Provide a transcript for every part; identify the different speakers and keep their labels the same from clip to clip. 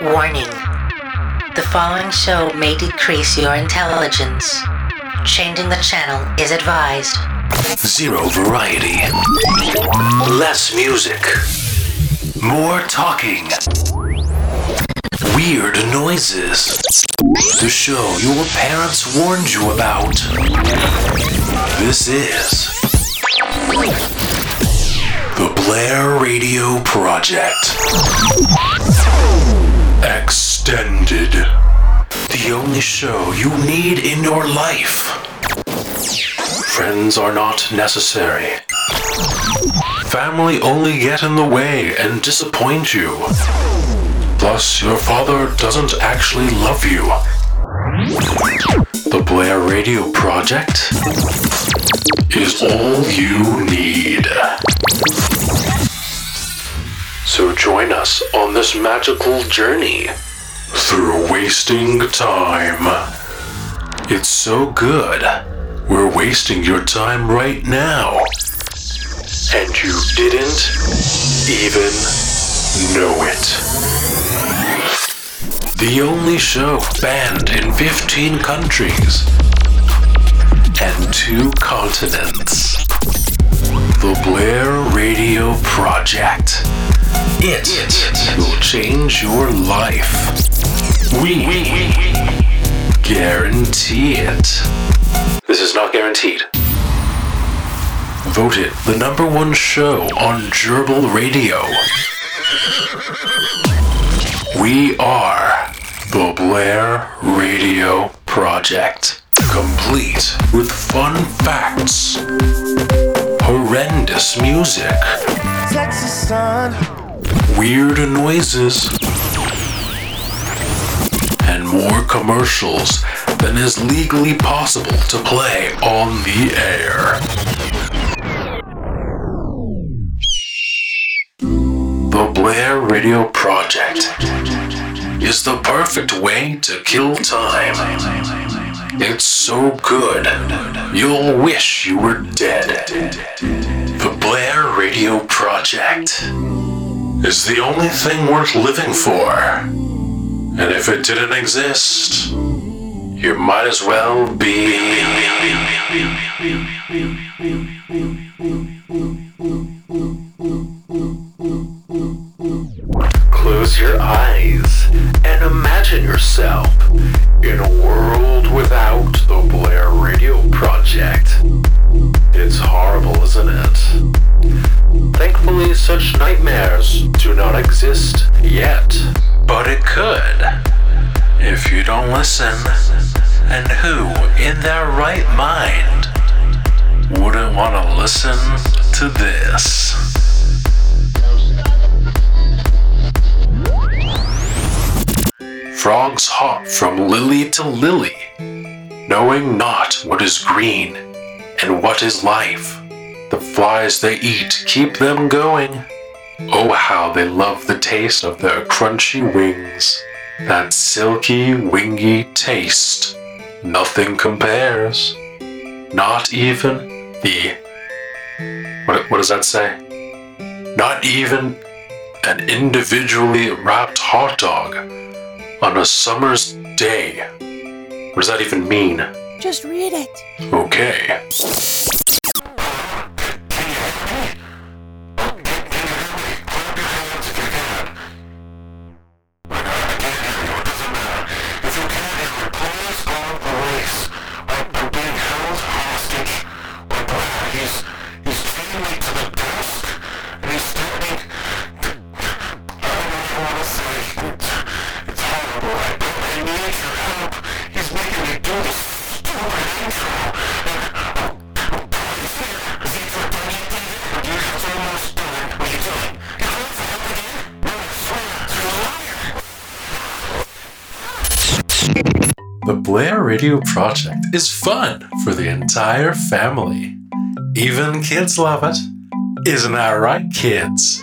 Speaker 1: Warning. The following show may decrease your intelligence. Changing the channel is advised.
Speaker 2: Zero variety. Less music. More talking. Weird noises. The show your parents warned you about. This is. The Blair Radio Project. Extended. The only show you need in your life. Friends are not necessary. Family only get in the way and disappoint you. Plus, your father doesn't actually love you. The Blair Radio Project is all you need. So join us on this magical journey through wasting time. It's so good. We're wasting your time right now. And you didn't even know it. The only show banned in 15 countries and two continents. The Blair Radio Project. It, will change your life. We, guarantee it. This is not guaranteed. Voted the number one show on Gerbil Radio. We are the Blair Radio Project. Complete with fun facts, horrendous music,
Speaker 3: Texas sun.
Speaker 2: weird noises, and more commercials than is legally possible to play on the air. The Blair Radio Project is the perfect way to kill time. It's so good, you'll wish you were dead. The Blair Radio Project is the only thing worth living for. And if it didn't exist, you might as well be. Close your eyes and imagine yourself in a world without the Blair Radio Project. It's horrible, isn't it? Thankfully, such nightmares do not exist yet. But it could. If you don't listen, and who in their right mind wouldn't want to listen to this? Frogs hop from lily to lily, knowing not what is green and what is life. The flies they eat keep them going. Oh, how they love the taste of their crunchy wings. That silky, wingy taste. Nothing compares. Not even the. What, what does that say? Not even an individually wrapped hot dog on a summer's day. What does that even mean?
Speaker 4: Just read it.
Speaker 2: Okay. The Blair Radio Project is fun for the entire family. Even kids love it. Isn't that right, kids?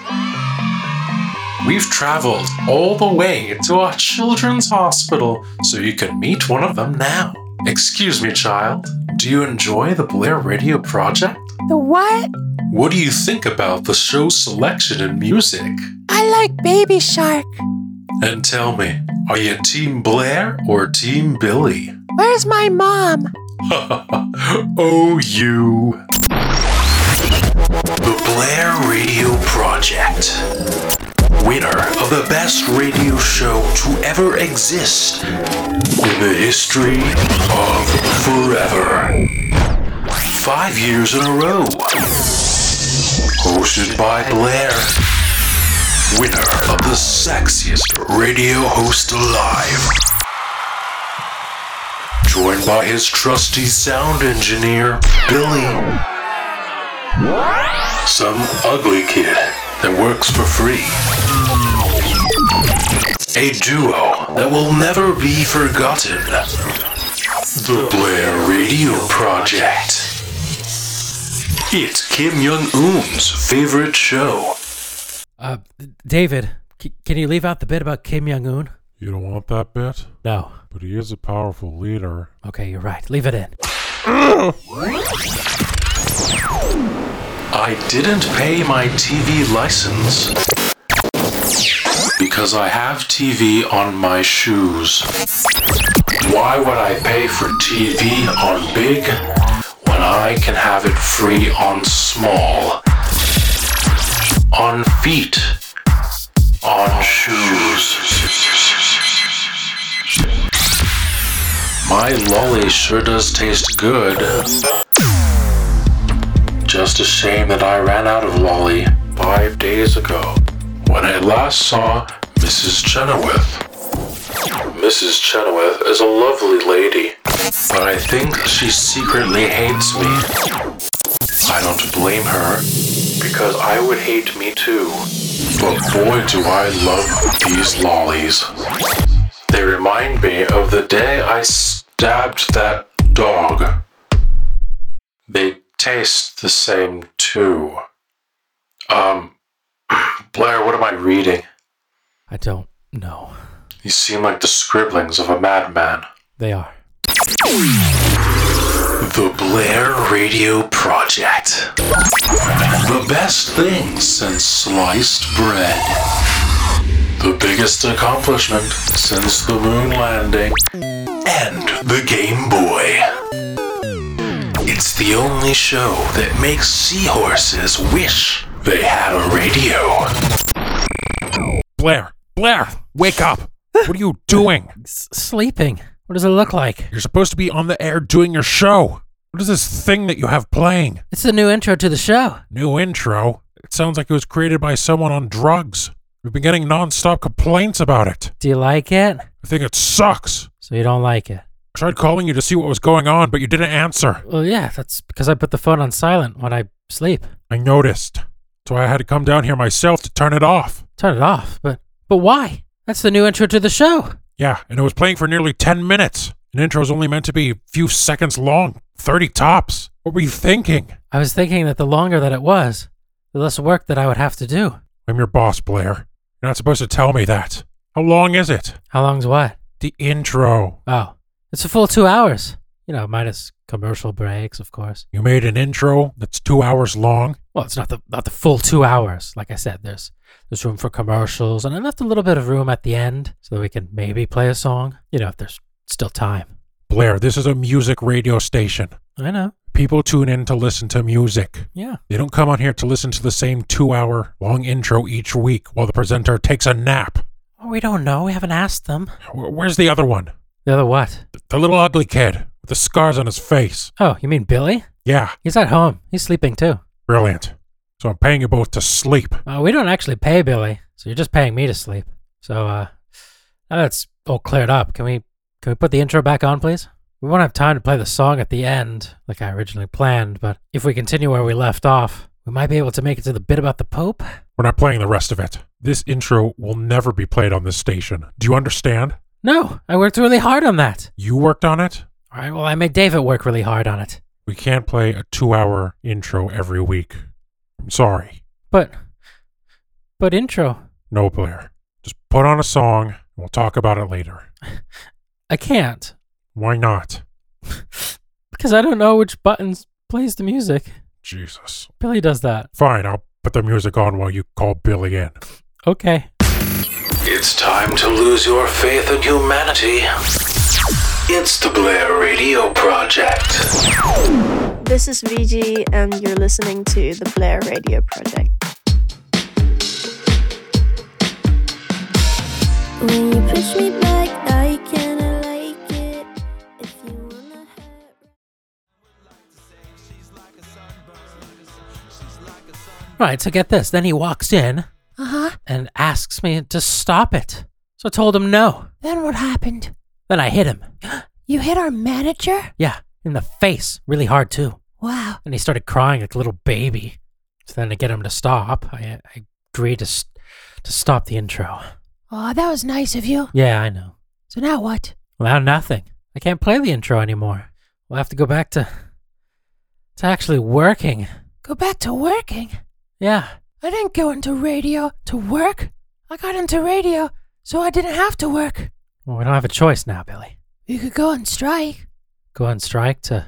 Speaker 2: We've traveled all the way to our children's hospital so you can meet one of them now. Excuse me, child. Do you enjoy the Blair Radio Project?
Speaker 4: The what?
Speaker 2: What do you think about the show's selection and music?
Speaker 4: I like Baby Shark.
Speaker 2: And tell me, are you Team Blair or Team Billy?
Speaker 4: Where's my mom?
Speaker 2: oh, you. The Blair Radio Project. Winner of the best radio show to ever exist in the history of forever. Five years in a row. Hosted by Blair. Winner of the sexiest radio host alive joined by his trusty sound engineer, Billy. Some ugly kid that works for free. A duo that will never be forgotten. The Blair Radio Project. It's Kim Jong Un's favorite show.
Speaker 5: Uh, David, c- can you leave out the bit about Kim Jong Un?
Speaker 6: You don't want that bit?
Speaker 5: No.
Speaker 6: But he is a powerful leader.
Speaker 5: Okay, you're right. Leave it in.
Speaker 2: I didn't pay my TV license because I have TV on my shoes. Why would I pay for TV on big when I can have it free on small? On feet. On shoes. My lolly sure does taste good. Just a shame that I ran out of Lolly five days ago when I last saw Mrs. Chenoweth. Mrs. Chenoweth is a lovely lady, but I think she secretly hates me. I don't blame her, because I would hate me too. But boy, do I love these lollies. They remind me of the day I stabbed that dog. They taste the same too. Um, Blair, what am I reading?
Speaker 5: I don't know.
Speaker 2: You seem like the scribblings of a madman.
Speaker 5: They are.
Speaker 2: The Blair Radio Project. The best thing since sliced bread. The biggest accomplishment since the moon landing. And the Game Boy. It's the only show that makes seahorses wish they had a radio.
Speaker 6: Blair! Blair! Wake up! What are you doing?
Speaker 5: S- sleeping. What does it look like?
Speaker 6: You're supposed to be on the air doing your show. What is this thing that you have playing?
Speaker 5: It's the new intro to the show.
Speaker 6: New intro? It sounds like it was created by someone on drugs. We've been getting non-stop complaints about it.
Speaker 5: Do you like it?
Speaker 6: I think it sucks.
Speaker 5: So you don't like it?
Speaker 6: I tried calling you to see what was going on, but you didn't answer.
Speaker 5: Well, yeah, that's because I put the phone on silent when I sleep.
Speaker 6: I noticed. That's why I had to come down here myself to turn it off.
Speaker 5: Turn it off. But but why? That's the new intro to the show.
Speaker 6: Yeah, and it was playing for nearly 10 minutes. An intro's only meant to be a few seconds long, 30 tops. What were you thinking?
Speaker 5: I was thinking that the longer that it was, the less work that I would have to do.
Speaker 6: I'm your boss, Blair. You're not supposed to tell me that. How long is it?
Speaker 5: How long's what?
Speaker 6: The intro.
Speaker 5: Oh, it's a full two hours. You know, minus commercial breaks, of course.
Speaker 6: You made an intro that's two hours long.
Speaker 5: Well, it's not the not the full two hours. Like I said, there's there's room for commercials, and I left a little bit of room at the end so that we can maybe play a song. You know, if there's still time.
Speaker 6: Blair, this is a music radio station.
Speaker 5: I know.
Speaker 6: People tune in to listen to music.
Speaker 5: Yeah.
Speaker 6: They don't come on here to listen to the same two hour long intro each week while the presenter takes a nap.
Speaker 5: Well, Oh, we don't know. We haven't asked them.
Speaker 6: Wh- Where's the other one?
Speaker 5: The other what?
Speaker 6: The- The little ugly kid with the scars on his face.
Speaker 5: Oh, you mean Billy?
Speaker 6: Yeah,
Speaker 5: He's at home. He's sleeping too.
Speaker 6: brilliant. So I'm paying you both to sleep.
Speaker 5: Uh, we don't actually pay Billy, so you're just paying me to sleep. So uh, now that's all cleared up. Can we can we put the intro back on, please? We won't have time to play the song at the end, like I originally planned. But if we continue where we left off, we might be able to make it to the bit about the Pope.
Speaker 6: We're not playing the rest of it. This intro will never be played on this station. Do you understand?
Speaker 5: No, I worked really hard on that.
Speaker 6: You worked on it.
Speaker 5: All right, well, I made David work really hard on it.
Speaker 6: We can't play a two hour intro every week. I'm sorry.
Speaker 5: But, but intro,
Speaker 6: No, Blair. Just put on a song and we'll talk about it later.
Speaker 5: I can't
Speaker 6: Why not?
Speaker 5: because I don't know which buttons plays the music.
Speaker 6: Jesus.
Speaker 5: Billy does that.
Speaker 6: Fine, I'll put the music on while you call Billy in.
Speaker 5: Okay.
Speaker 2: It's time to lose your faith in humanity. It's the Blair Radio Project.
Speaker 7: This is VG, and you're listening to the Blair Radio Project.
Speaker 8: When you push me back, I kinda like it. If you wanna have.
Speaker 5: Right, so get this. Then he walks in
Speaker 4: Uh huh.
Speaker 5: and asks me to stop it. So I told him no.
Speaker 4: Then what happened?
Speaker 5: Then I hit him.
Speaker 4: You hit our manager?
Speaker 5: Yeah, in the face, really hard too.
Speaker 4: Wow.
Speaker 5: And he started crying like a little baby. So then to get him to stop, I, I agreed to, st- to stop the intro.
Speaker 4: Aw, that was nice of you.
Speaker 5: Yeah, I know.
Speaker 4: So now what?
Speaker 5: Well, now nothing. I can't play the intro anymore. We'll have to go back to to actually working.
Speaker 4: Go back to working.
Speaker 5: Yeah.
Speaker 4: I didn't go into radio to work. I got into radio so I didn't have to work.
Speaker 5: Well, we don't have a choice now, Billy.
Speaker 4: You could go on strike.
Speaker 5: Go on strike to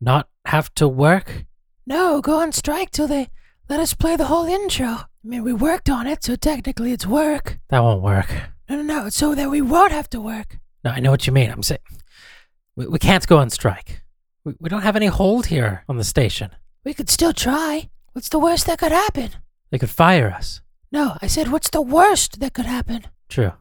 Speaker 5: not have to work.
Speaker 4: No, go on strike till they let us play the whole intro. I mean, we worked on it, so technically it's work.
Speaker 5: That won't work.
Speaker 4: No, no, no, it's so that we won't have to work.
Speaker 5: No, I know what you mean. I'm saying we, we can't go on strike. We, we don't have any hold here on the station.
Speaker 4: We could still try. What's the worst that could happen?
Speaker 5: They could fire us.
Speaker 4: No, I said, what's the worst that could happen?
Speaker 5: True.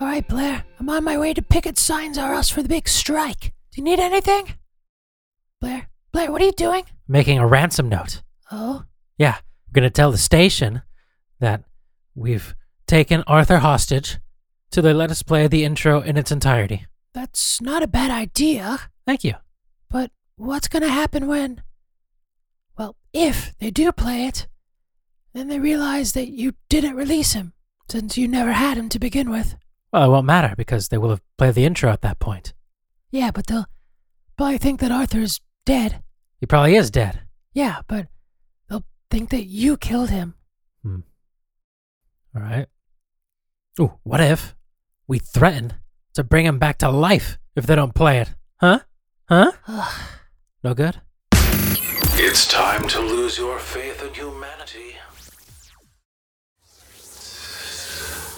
Speaker 4: All right, Blair, I'm on my way to picket signs or us for the big strike. Do you need anything? Blair, Blair, what are you doing?
Speaker 5: Making a ransom note.
Speaker 4: Oh,
Speaker 5: Yeah, we're going to tell the station that we've taken Arthur hostage till they let us play the intro in its entirety.
Speaker 4: that's not a bad idea,
Speaker 5: Thank you.
Speaker 4: but what's going to happen when. Well, if they do play it, then they realize that you didn't release him, since you never had him to begin with.
Speaker 5: Well, it won't matter because they will have played the intro at that point.
Speaker 4: Yeah, but they'll probably think that Arthur's dead.
Speaker 5: He probably is dead.
Speaker 4: Yeah, but they'll think that you killed him.
Speaker 5: Hmm. All right. Ooh, what if we threaten to bring him back to life if they don't play it? Huh? Huh?
Speaker 4: Ugh.
Speaker 5: No good?
Speaker 2: It's time to lose your faith in humanity.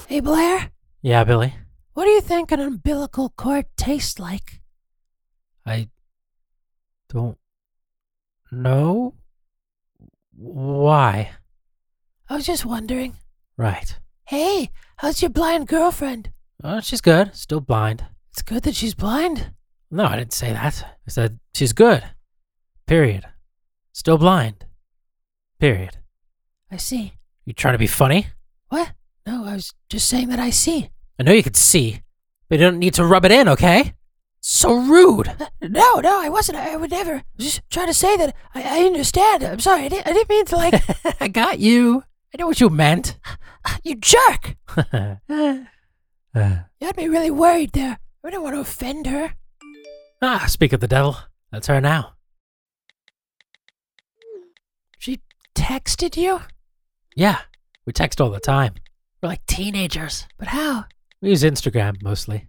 Speaker 4: Hey, Blair?
Speaker 5: Yeah, Billy.
Speaker 4: What do you think an umbilical cord tastes like?
Speaker 5: I don't know why.
Speaker 4: I was just wondering.
Speaker 5: Right.
Speaker 4: Hey, how's your blind girlfriend?
Speaker 5: Oh, she's good. Still blind.
Speaker 4: It's good that she's blind.
Speaker 5: No, I didn't say that. I said she's good. Period. Still blind. Period.
Speaker 4: I see.
Speaker 5: You trying to be funny?
Speaker 4: What? No, I was just saying that I see.
Speaker 5: I know you could see, but you don't need to rub it in, okay? So rude.
Speaker 4: Uh, No, no, I wasn't. I would never. I was just trying to say that I, I understand. I'm sorry. I didn't, I didn't mean to, like,
Speaker 5: I got you. I know what you meant.
Speaker 4: you jerk. Uh,
Speaker 5: ah,
Speaker 4: You had me really worried there. I didn't want to offend her.
Speaker 5: Ah, speak of the devil. That's her now.
Speaker 4: She texted you?
Speaker 5: Yeah, we text all the time.
Speaker 4: We're like teenagers. But how?
Speaker 5: We use Instagram mostly.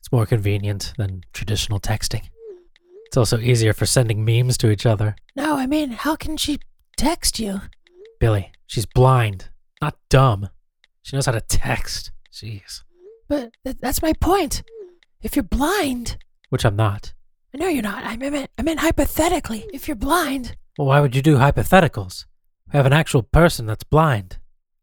Speaker 5: It's more convenient than traditional texting. It's also easier for sending memes to each other.
Speaker 4: No, I mean, how can she text you?
Speaker 5: Billy, she's blind, not dumb. She knows how to text. Jeez.
Speaker 4: But th- that's my point. If you're blind,
Speaker 5: Which I'm not.
Speaker 4: I know you're not. I meant, I meant hypothetically. If you're blind,
Speaker 5: Well, why would you do hypotheticals? We have an actual person that's blind.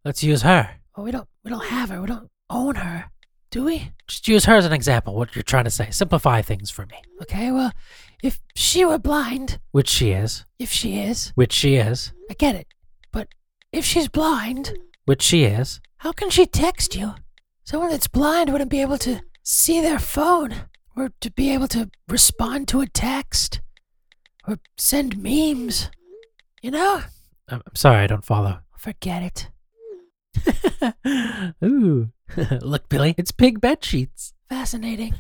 Speaker 5: Let's use her.
Speaker 4: well, oh, we don't, we don't have her. We don't own her, do we?
Speaker 5: Just use her as an example, what you're trying to say. Simplify things for me.
Speaker 4: Okay, well, if she were blind,
Speaker 5: Which she is.
Speaker 4: if she is,
Speaker 5: Which she is.
Speaker 4: I get it. But if she's blind,
Speaker 5: Which she is.
Speaker 4: how can she text you? Someone that's blind wouldn't be able to see their phone, or to be able to respond to a text, or send memes. You know?
Speaker 5: I'm, I'm sorry, I don't follow.
Speaker 4: Forget it.
Speaker 5: Ooh. Look, Billy, it's pig bed sheets.
Speaker 4: Fascinating.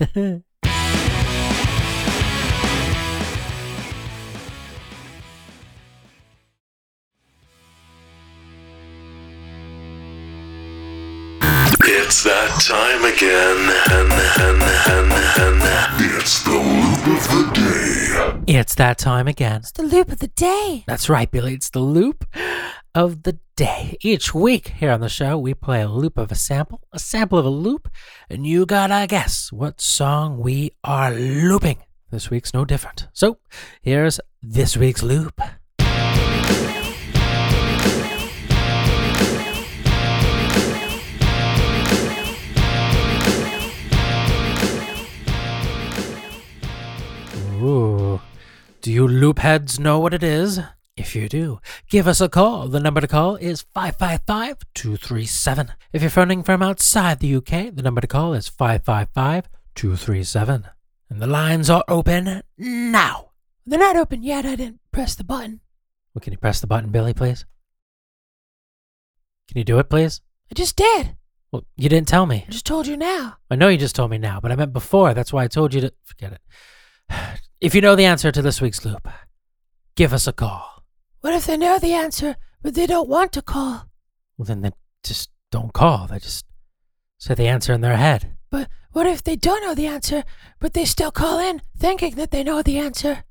Speaker 2: It It's that time again. It's the loop of the day.
Speaker 5: It's that time again.
Speaker 4: It's the loop of the day.
Speaker 5: That's right, Billy. It's the loop of the day. Each week here on the show, we play a loop of a sample, a sample of a loop, and you gotta guess what song we are looping. This week's no different. So here's this week's loop. Ooh. Do you loop heads know what it is? If you do, give us a call. The number to call is 555 237. If you're phoning from outside the UK, the number to call is 555 237. And the lines are open now.
Speaker 4: They're not open yet. I didn't press the button.
Speaker 5: Well, can you press the button, Billy, please? Can you do it, please?
Speaker 4: I just did.
Speaker 5: Well, you didn't tell me.
Speaker 4: I just told you now.
Speaker 5: I know you just told me now, but I meant before. That's why I told you to forget it. If you know the answer to this week's loop, give us a call.
Speaker 4: What if they know the answer, but they don't want to call?
Speaker 5: Well, then they just don't call. They just say the answer in their head.
Speaker 4: But what if they don't know the answer, but they still call in thinking that they know the answer?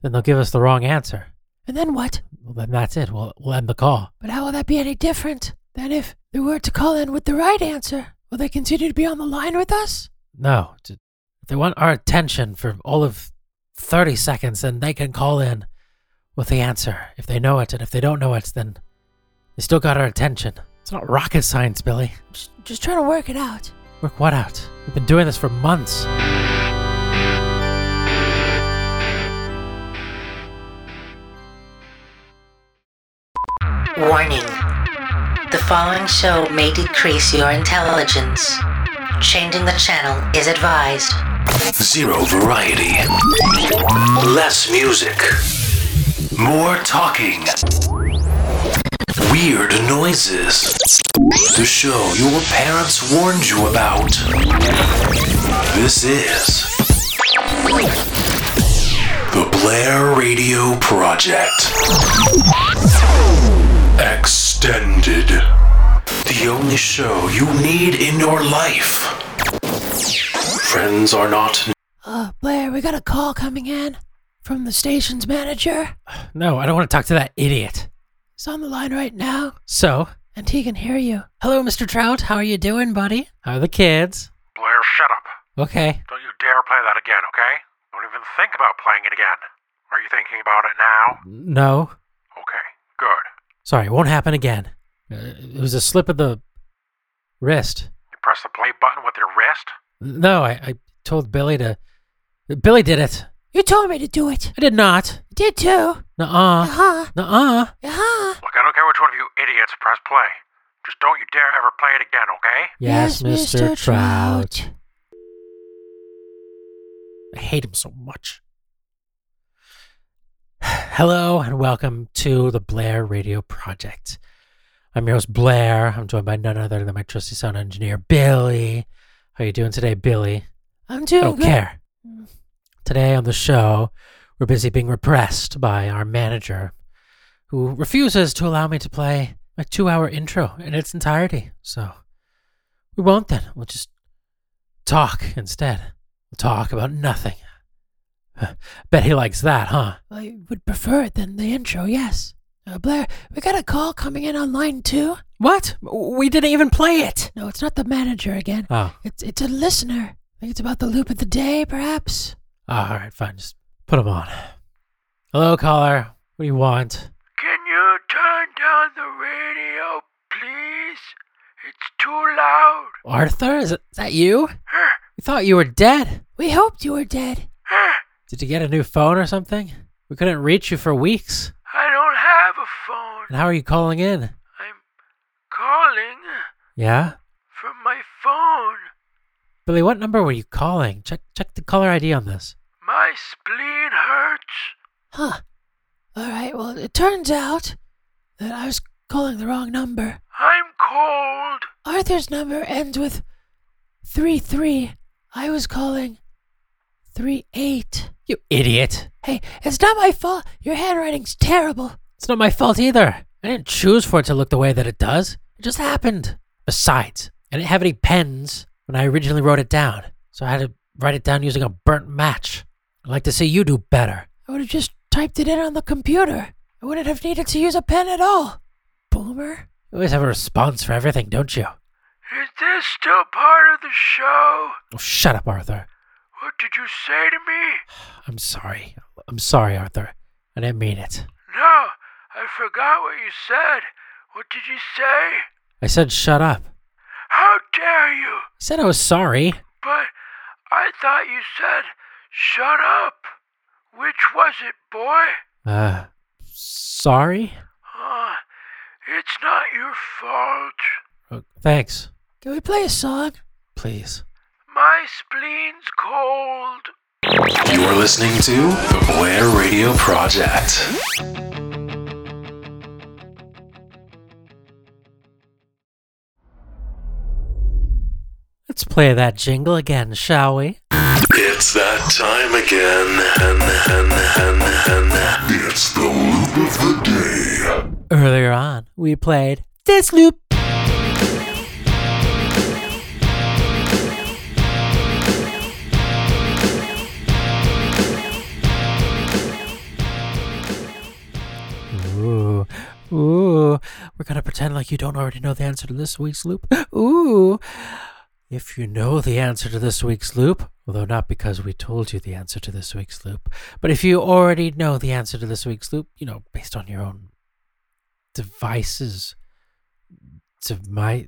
Speaker 5: Then they'll give us the wrong answer.
Speaker 4: And then what?
Speaker 5: Well, then that's it. We'll, we'll end the call.
Speaker 4: But how will that be any different than if they were to call in with the right answer? Will they continue to be on the line with us?
Speaker 5: No. t- If they want our attention for all of 30 seconds, then they can call in with the answer if they know it. And if they don't know it, then they still got our attention. It's not rocket science, Billy.
Speaker 4: Just, just trying to work it out.
Speaker 5: Work what out? We've been doing this for months.
Speaker 1: Warning. The following show may decrease your intelligence. Changing the channel is advised.
Speaker 2: Zero variety. Less music. More talking. Weird noises. The show your parents warned you about. This is. The Blair Radio Project. Extended. The only show you need in your life. Friends are not
Speaker 4: Uh, Blair, we got a call coming in from the station's manager.
Speaker 5: No, I don't want to talk to that idiot.
Speaker 4: He's on the line right now,
Speaker 5: So,
Speaker 4: and he can hear you.
Speaker 5: hello, Mr. Trout. How are you doing, buddy? How are the kids?
Speaker 6: Blair, shut up.
Speaker 5: Okay.
Speaker 6: Don't you dare play that again, okay? Don't even think about playing it again. Are you thinking about it now?
Speaker 5: No.
Speaker 6: Okay, good.
Speaker 5: Sorry, it won't happen again. Uh, It was a slip of the wrist.
Speaker 6: You press the play button with your wrist?
Speaker 5: No, I, I told Billy to. Billy did it.
Speaker 4: You told me to do it.
Speaker 5: I did not.
Speaker 4: I did too. Uh
Speaker 5: Nuh-uh.
Speaker 4: huh.
Speaker 5: Nuh-uh.
Speaker 4: Uh huh.
Speaker 6: Look, I don't care which one of you idiots press play. Just don't you dare ever play it again, okay?
Speaker 5: Yes, Mr. Trout. I hate him so much. Hello and welcome to the Blair Radio Project. I'm your host Blair. I'm joined by none other than my trusty sound engineer Billy. How you doing today, Billy?
Speaker 4: I'm
Speaker 5: I
Speaker 4: doing
Speaker 5: don't
Speaker 4: good.
Speaker 5: care. Today on the show, we're busy being repressed by our manager, who refuses to allow me to play my two-hour intro in its entirety. So we won't then. We'll just talk instead. We'll talk about nothing. Huh. Bet he likes that, huh?
Speaker 4: I would prefer it than the intro, yes. Uh, Blair, we got a call coming in on line two.
Speaker 5: What? We didn't even play it.
Speaker 4: No, it's not the manager again.
Speaker 5: Oh,
Speaker 4: It's it's a listener. I think it's about the loop of the day, perhaps.
Speaker 5: Ah, all right, fine. Just put him on. Hello, caller. What do you want?
Speaker 6: Can you turn down the radio, please? It's too loud.
Speaker 5: Arthur? Is, it, is that you? We thought you were dead.
Speaker 4: We hoped you were dead.
Speaker 5: Did you get a new phone or something? We couldn't reach you for weeks.
Speaker 6: I don't have a phone.
Speaker 5: And how are you calling in?
Speaker 6: I'm calling
Speaker 5: Yeah?
Speaker 6: from my phone.
Speaker 5: Billy, what number were you calling? Check check the caller ID on this.
Speaker 6: My spleen hurts.
Speaker 4: Huh. All right, well, it turns out that I was calling the wrong number.
Speaker 6: I'm cold.
Speaker 4: Arthur's number ends with 3 3. I was calling 3 8.
Speaker 5: You idiot.
Speaker 4: Hey, it's not my fault. Your handwriting's terrible.
Speaker 5: It's not my fault either. I didn't choose for it to look the way that it does. It just happened. Besides, I didn't have any pens when I originally wrote it down, so I had to write it down using a burnt match. I'd like to see you do better.
Speaker 4: I would have just typed it in on the computer. I wouldn't have needed to use a pen at all. Boomer.
Speaker 5: You always have a response for everything, don't you?
Speaker 9: Is this still part of the show?
Speaker 5: Oh, shut up, Arthur.
Speaker 9: What did you say to me?
Speaker 5: I'm sorry. I'm sorry, Arthur. I didn't mean it.
Speaker 9: No, I forgot what you said. What did you say?
Speaker 5: I said shut up.
Speaker 9: How dare you?
Speaker 5: I said I was sorry.
Speaker 9: But I thought you said shut up. Which was it, boy?
Speaker 5: Uh, sorry?
Speaker 9: Uh, it's not your fault.
Speaker 5: Uh, thanks.
Speaker 4: Can we play a song?
Speaker 5: Please.
Speaker 9: My spleen's cold.
Speaker 2: You're listening to The Blair Radio Project.
Speaker 5: Let's play that jingle again, shall we?
Speaker 2: It's that time again. Hen, hen, hen, hen. It's the loop of the day.
Speaker 5: Earlier on, we played this loop. Ooh, ooh. We're gonna pretend like you don't already know the answer to this week's loop. Ooh. If you know the answer to this week's loop, although not because we told you the answer to this week's loop, but if you already know the answer to this week's loop, you know, based on your own devices, to my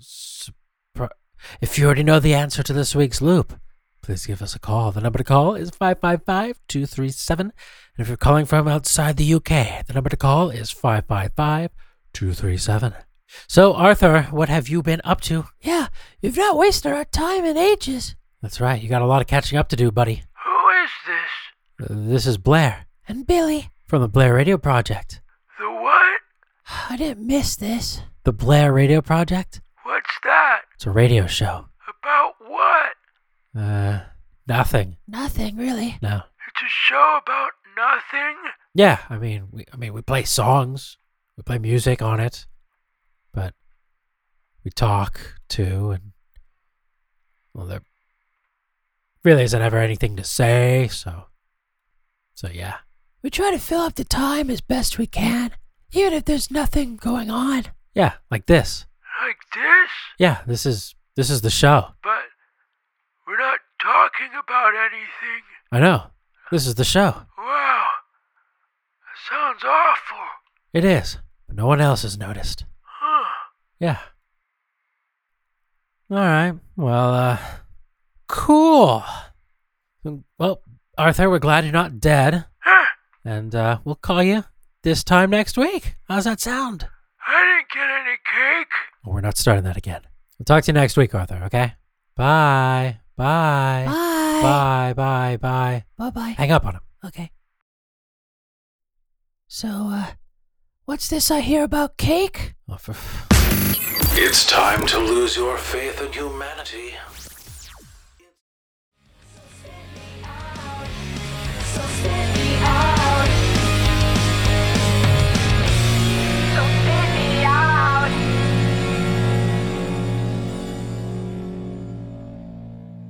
Speaker 5: surpri- if you already know the answer to this week's loop, please give us a call. The number to call is 555 237. And if you're calling from outside the UK, the number to call is 555 237. So, Arthur, what have you been up to?
Speaker 4: Yeah, you've not wasted our time in ages.
Speaker 5: That's right, you got a lot of catching up to do, buddy.
Speaker 9: Who is this?
Speaker 5: Uh, This is Blair
Speaker 4: And Billy,
Speaker 5: from the Blair Radio Project.
Speaker 9: The what?
Speaker 4: I didn't miss this.
Speaker 5: The Blair Radio Project?
Speaker 9: What's that?
Speaker 5: It's a radio show.
Speaker 9: About what?
Speaker 5: Uh, nothing.
Speaker 4: Nothing, really.
Speaker 5: No.
Speaker 9: It's a show about nothing?
Speaker 5: Yeah, I mean, we, I mean, we play songs, we play music on it, but we talk too, and well, there really isn't ever anything to say. So, so yeah,
Speaker 4: We try to fill up the time as best we can, even if there's nothing going on.
Speaker 5: yeah, like this.
Speaker 9: Like this?
Speaker 5: Yeah, this is this is the show.
Speaker 9: But we're not talking about anything.
Speaker 5: I know. This is the show.
Speaker 9: Wow. That sounds awful.
Speaker 5: It is, but no one else has noticed.
Speaker 9: Huh.
Speaker 5: Yeah. All right. Well, uh, cool. Well, Arthur, we're glad you're not dead.
Speaker 9: Huh.
Speaker 5: And uh, we'll call you this time next week. How's that sound?
Speaker 9: I didn't get any cake.
Speaker 5: Oh, we're not starting that again. We'll talk to you next week, Arthur, okay? Bye. Bye.
Speaker 4: Bye.
Speaker 5: Bye. Bye. Bye.
Speaker 4: Bye bye.
Speaker 5: Hang up on him.
Speaker 4: Okay. So, uh, what's this I hear about cake?
Speaker 5: Oh, for-
Speaker 2: It's time to lose your faith in humanity.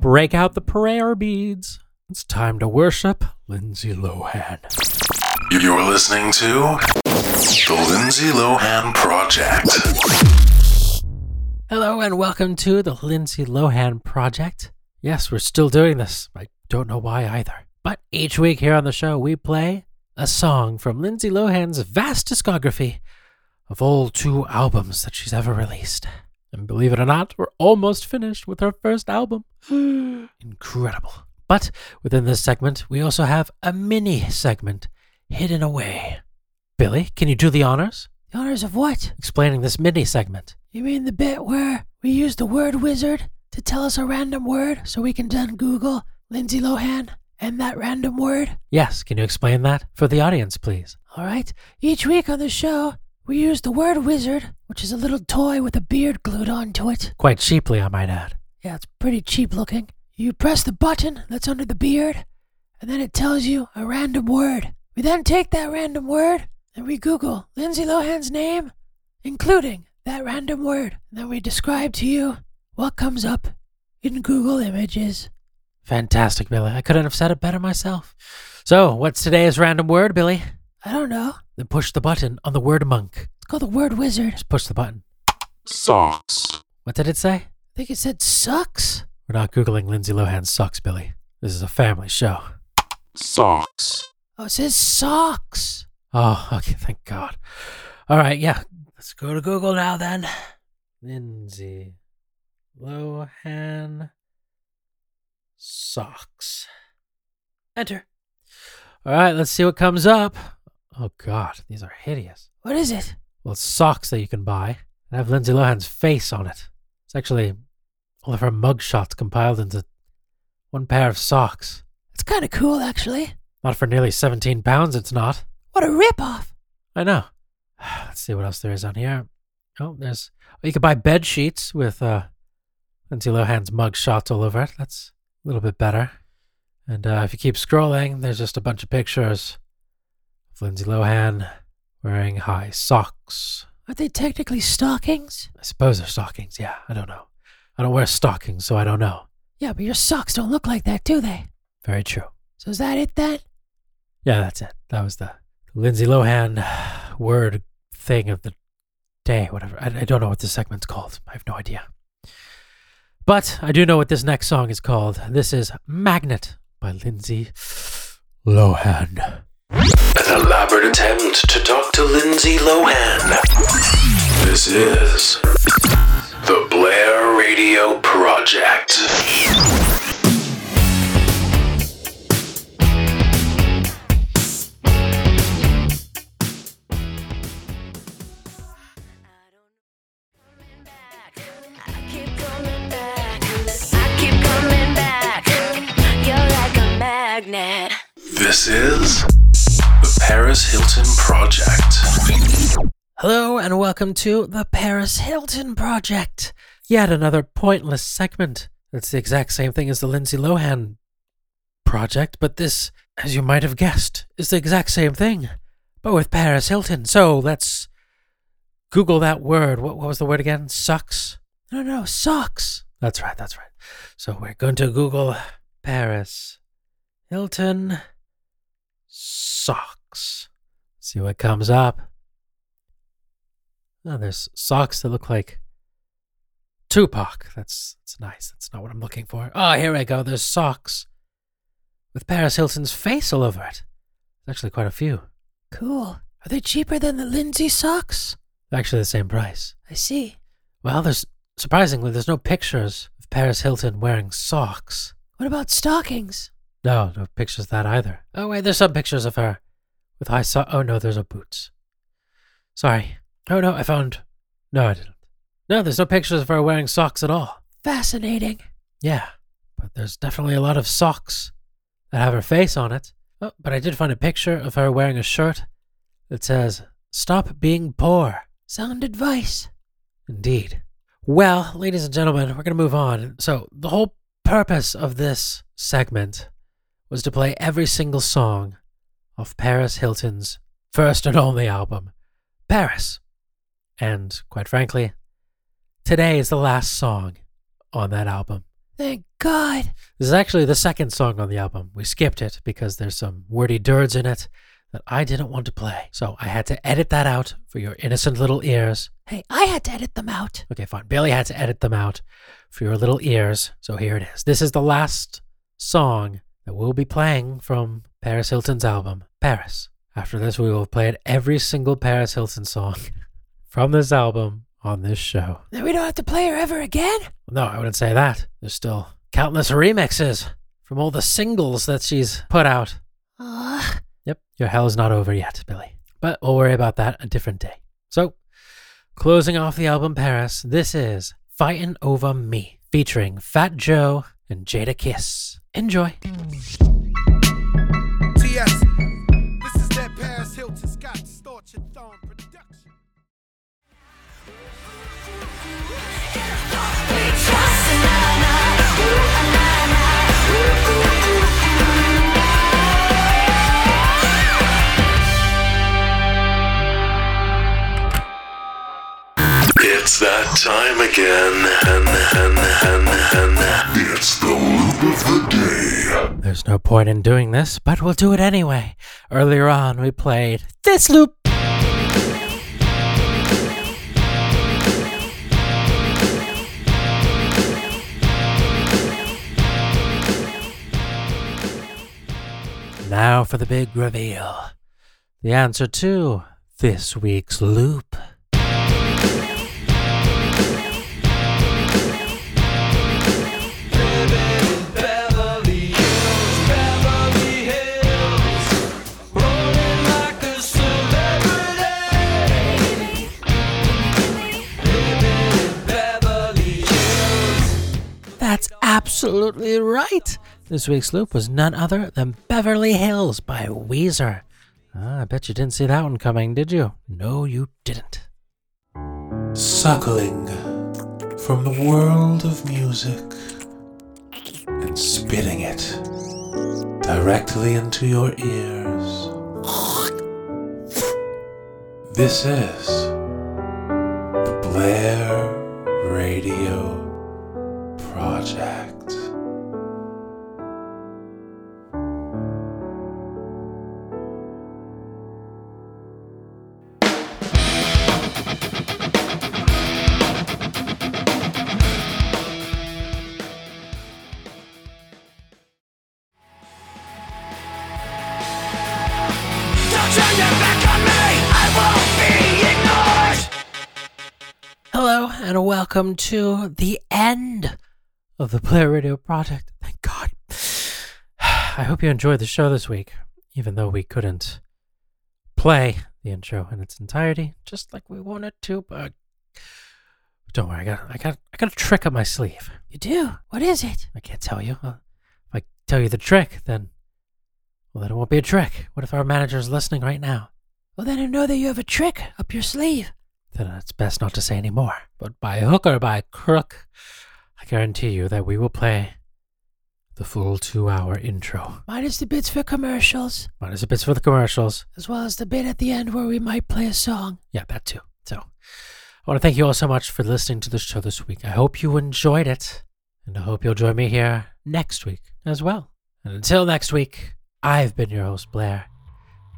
Speaker 5: Break out the prayer beads. It's time to worship Lindsay Lohan.
Speaker 2: You're listening to The Lindsay Lohan Project.
Speaker 5: Hello and welcome to the Lindsay Lohan Project. Yes, we're still doing this. I don't know why either. But each week here on the show, we play a song from Lindsay Lohan's vast discography of all two albums that she's ever released. And believe it or not, we're almost finished with her first album. Incredible. But within this segment, we also have a mini segment hidden away. Billy, can you do the honors?
Speaker 4: The honors of what?
Speaker 5: Explaining this mini segment.
Speaker 4: You mean the bit where we use the word wizard to tell us a random word so we can then Google Lindsay Lohan and that random word?
Speaker 5: Yes, can you explain that for the audience, please?
Speaker 4: All right. Each week on the show, we use the word wizard, which is a little toy with a beard glued onto it.
Speaker 5: Quite cheaply, I might add.
Speaker 4: Yeah, it's pretty cheap looking. You press the button that's under the beard, and then it tells you a random word. We then take that random word and we Google Lindsay Lohan's name, including that random word, and then we describe to you what comes up in Google Images.
Speaker 5: Fantastic, Billy. I couldn't have said it better myself. So, what's today's random word, Billy?
Speaker 4: I don't know.
Speaker 5: Then push the button on the word monk.
Speaker 4: It's called the word wizard.
Speaker 5: Just push the button.
Speaker 2: Socks.
Speaker 5: What did it say?
Speaker 4: I think it said sucks.
Speaker 5: We're not Googling Lindsay Lohan sucks, Billy. This is a family show.
Speaker 2: Socks.
Speaker 4: Oh, it says socks.
Speaker 5: Oh, okay. Thank God. All right. Yeah. Let's go to Google now then. Lindsay Lohan socks. Enter. All right. Let's see what comes up. Oh, God. These are hideous.
Speaker 4: What is it?
Speaker 5: Well, it's socks that you can buy and have Lindsay Lohan's face on it. It's actually all of her mugshots compiled into one pair of socks.
Speaker 4: It's kind of cool, actually.
Speaker 5: Not for nearly 17 pounds, it's not.
Speaker 4: What a ripoff.
Speaker 5: I know. Let's see what else there is on here. Oh, there's. Oh, you could buy bed sheets with uh, Lindsay Lohan's mug shots all over it. That's a little bit better. And uh, if you keep scrolling, there's just a bunch of pictures of Lindsay Lohan wearing high socks.
Speaker 4: Aren't they technically stockings?
Speaker 5: I suppose they're stockings. Yeah, I don't know. I don't wear stockings, so I don't know.
Speaker 4: Yeah, but your socks don't look like that, do they?
Speaker 5: Very true.
Speaker 4: So is that it then?
Speaker 5: Yeah, that's it. That was the Lindsay Lohan word thing of the day, whatever. I, I don't know what this segment's called. I have no idea. But I do know what this next song is called. This is Magnet by Lindsay Lohan.
Speaker 2: An elaborate attempt to talk to Lindsay Lohan. This is the Blair Radio Project. This is the Paris Hilton Project.
Speaker 5: Hello, and welcome to the Paris Hilton Project. Yet another pointless segment. It's the exact same thing as the Lindsay Lohan project, but this, as you might have guessed, is the exact same thing, but with Paris Hilton. So let's Google that word. What, what was the word again? Sucks?
Speaker 4: No, no, socks.
Speaker 5: That's right, that's right. So we're going to Google Paris Hilton socks. See what comes up. Oh, there's socks that look like Tupac. That's that's nice. That's not what I'm looking for. Oh, here I go. There's socks with Paris Hilton's face all over it. There's actually quite a few.
Speaker 4: Cool. Are they cheaper than the Lindsay socks?
Speaker 5: They're actually the same price.
Speaker 4: I see.
Speaker 5: Well, there's surprisingly there's no pictures of Paris Hilton wearing socks.
Speaker 4: What about stockings?
Speaker 5: No, no pictures of that either. Oh wait, there's some pictures of her with high so- Oh no, there's no boots. Sorry. Oh no, I found. No, I didn't. No, there's no pictures of her wearing socks at all.
Speaker 4: Fascinating.
Speaker 5: Yeah, but there's definitely a lot of socks that have her face on it. Oh, but I did find a picture of her wearing a shirt that says "Stop being poor."
Speaker 4: Sound advice.
Speaker 5: Indeed. Well, ladies and gentlemen, we're going to move on. So, the whole purpose of this segment was to play every single song of Paris Hilton's first and only album, Paris. And quite frankly, today is the last song on that album.
Speaker 4: Thank God.
Speaker 5: This is actually the second song on the album. We skipped it because there's some wordy dirds in it that I didn't want to play. So I had to edit that out for your innocent little ears.
Speaker 4: Hey, I had to edit them out.
Speaker 5: Okay, fine. Billy had to edit them out for your little ears. So here it is. This is the last song that we'll be playing from Paris Hilton's album, Paris. After this, we will have played every single Paris Hilton song from this album on this show.
Speaker 4: Then we don't have to play her ever again?
Speaker 5: No, I wouldn't say that. There's still countless remixes from all the singles that she's put out.
Speaker 4: Ugh.
Speaker 5: Yep, your hell is not over yet, Billy. But we'll worry about that a different day. So, closing off the album Paris, this is Fightin' Over Me, featuring Fat Joe and Jada Kiss. Enjoy.
Speaker 10: TS. This is that Paris Hilton Scott Storchin Thorn production.
Speaker 2: If again. It's the loop of the day.
Speaker 5: There's no point in doing this, but we'll do it anyway. Earlier on, we played this loop. Now for the big reveal. The answer to this week's loop. That's absolutely right. This week's loop was none other than Beverly Hills by Weezer. Ah, I bet you didn't see that one coming, did you? No, you didn't.
Speaker 11: Suckling from the world of music and spitting it directly into your ears. This is the Blair Radio Project.
Speaker 5: Hello, and welcome to the end of the Player Radio Project. Thank God. I hope you enjoyed the show this week, even though we couldn't play the intro in its entirety, just like we wanted to, but don't worry, I got I got I got a trick up my sleeve. You do? What is it? I can't tell you. Uh, If I tell you the trick, then well then it won't be a trick. What if our manager's listening right now?
Speaker 4: Well, then I know that you have a trick up your sleeve.
Speaker 5: Then it's best not to say any more. But by hook or by crook, I guarantee you that we will play the full two hour intro.
Speaker 4: Minus the bits for commercials,
Speaker 5: Minus the bits for the commercials.
Speaker 4: as well as the bit at the end where we might play a song.
Speaker 5: Yeah, that too. So I want to thank you all so much for listening to the show this week. I hope you enjoyed it. And I hope you'll join me here next week as well. And until next week, I've been your host, Blair.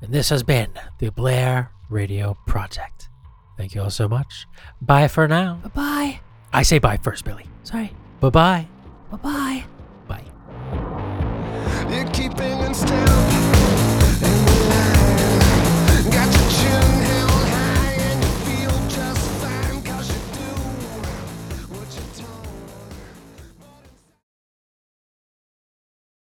Speaker 5: And this has been the Blair Radio Project. Thank you all so much. Bye for now.
Speaker 4: Bye bye.
Speaker 5: I say bye first, Billy.
Speaker 4: Sorry.
Speaker 5: Bye bye.
Speaker 4: Bye bye.
Speaker 5: Bye.
Speaker 10: You're keeping in step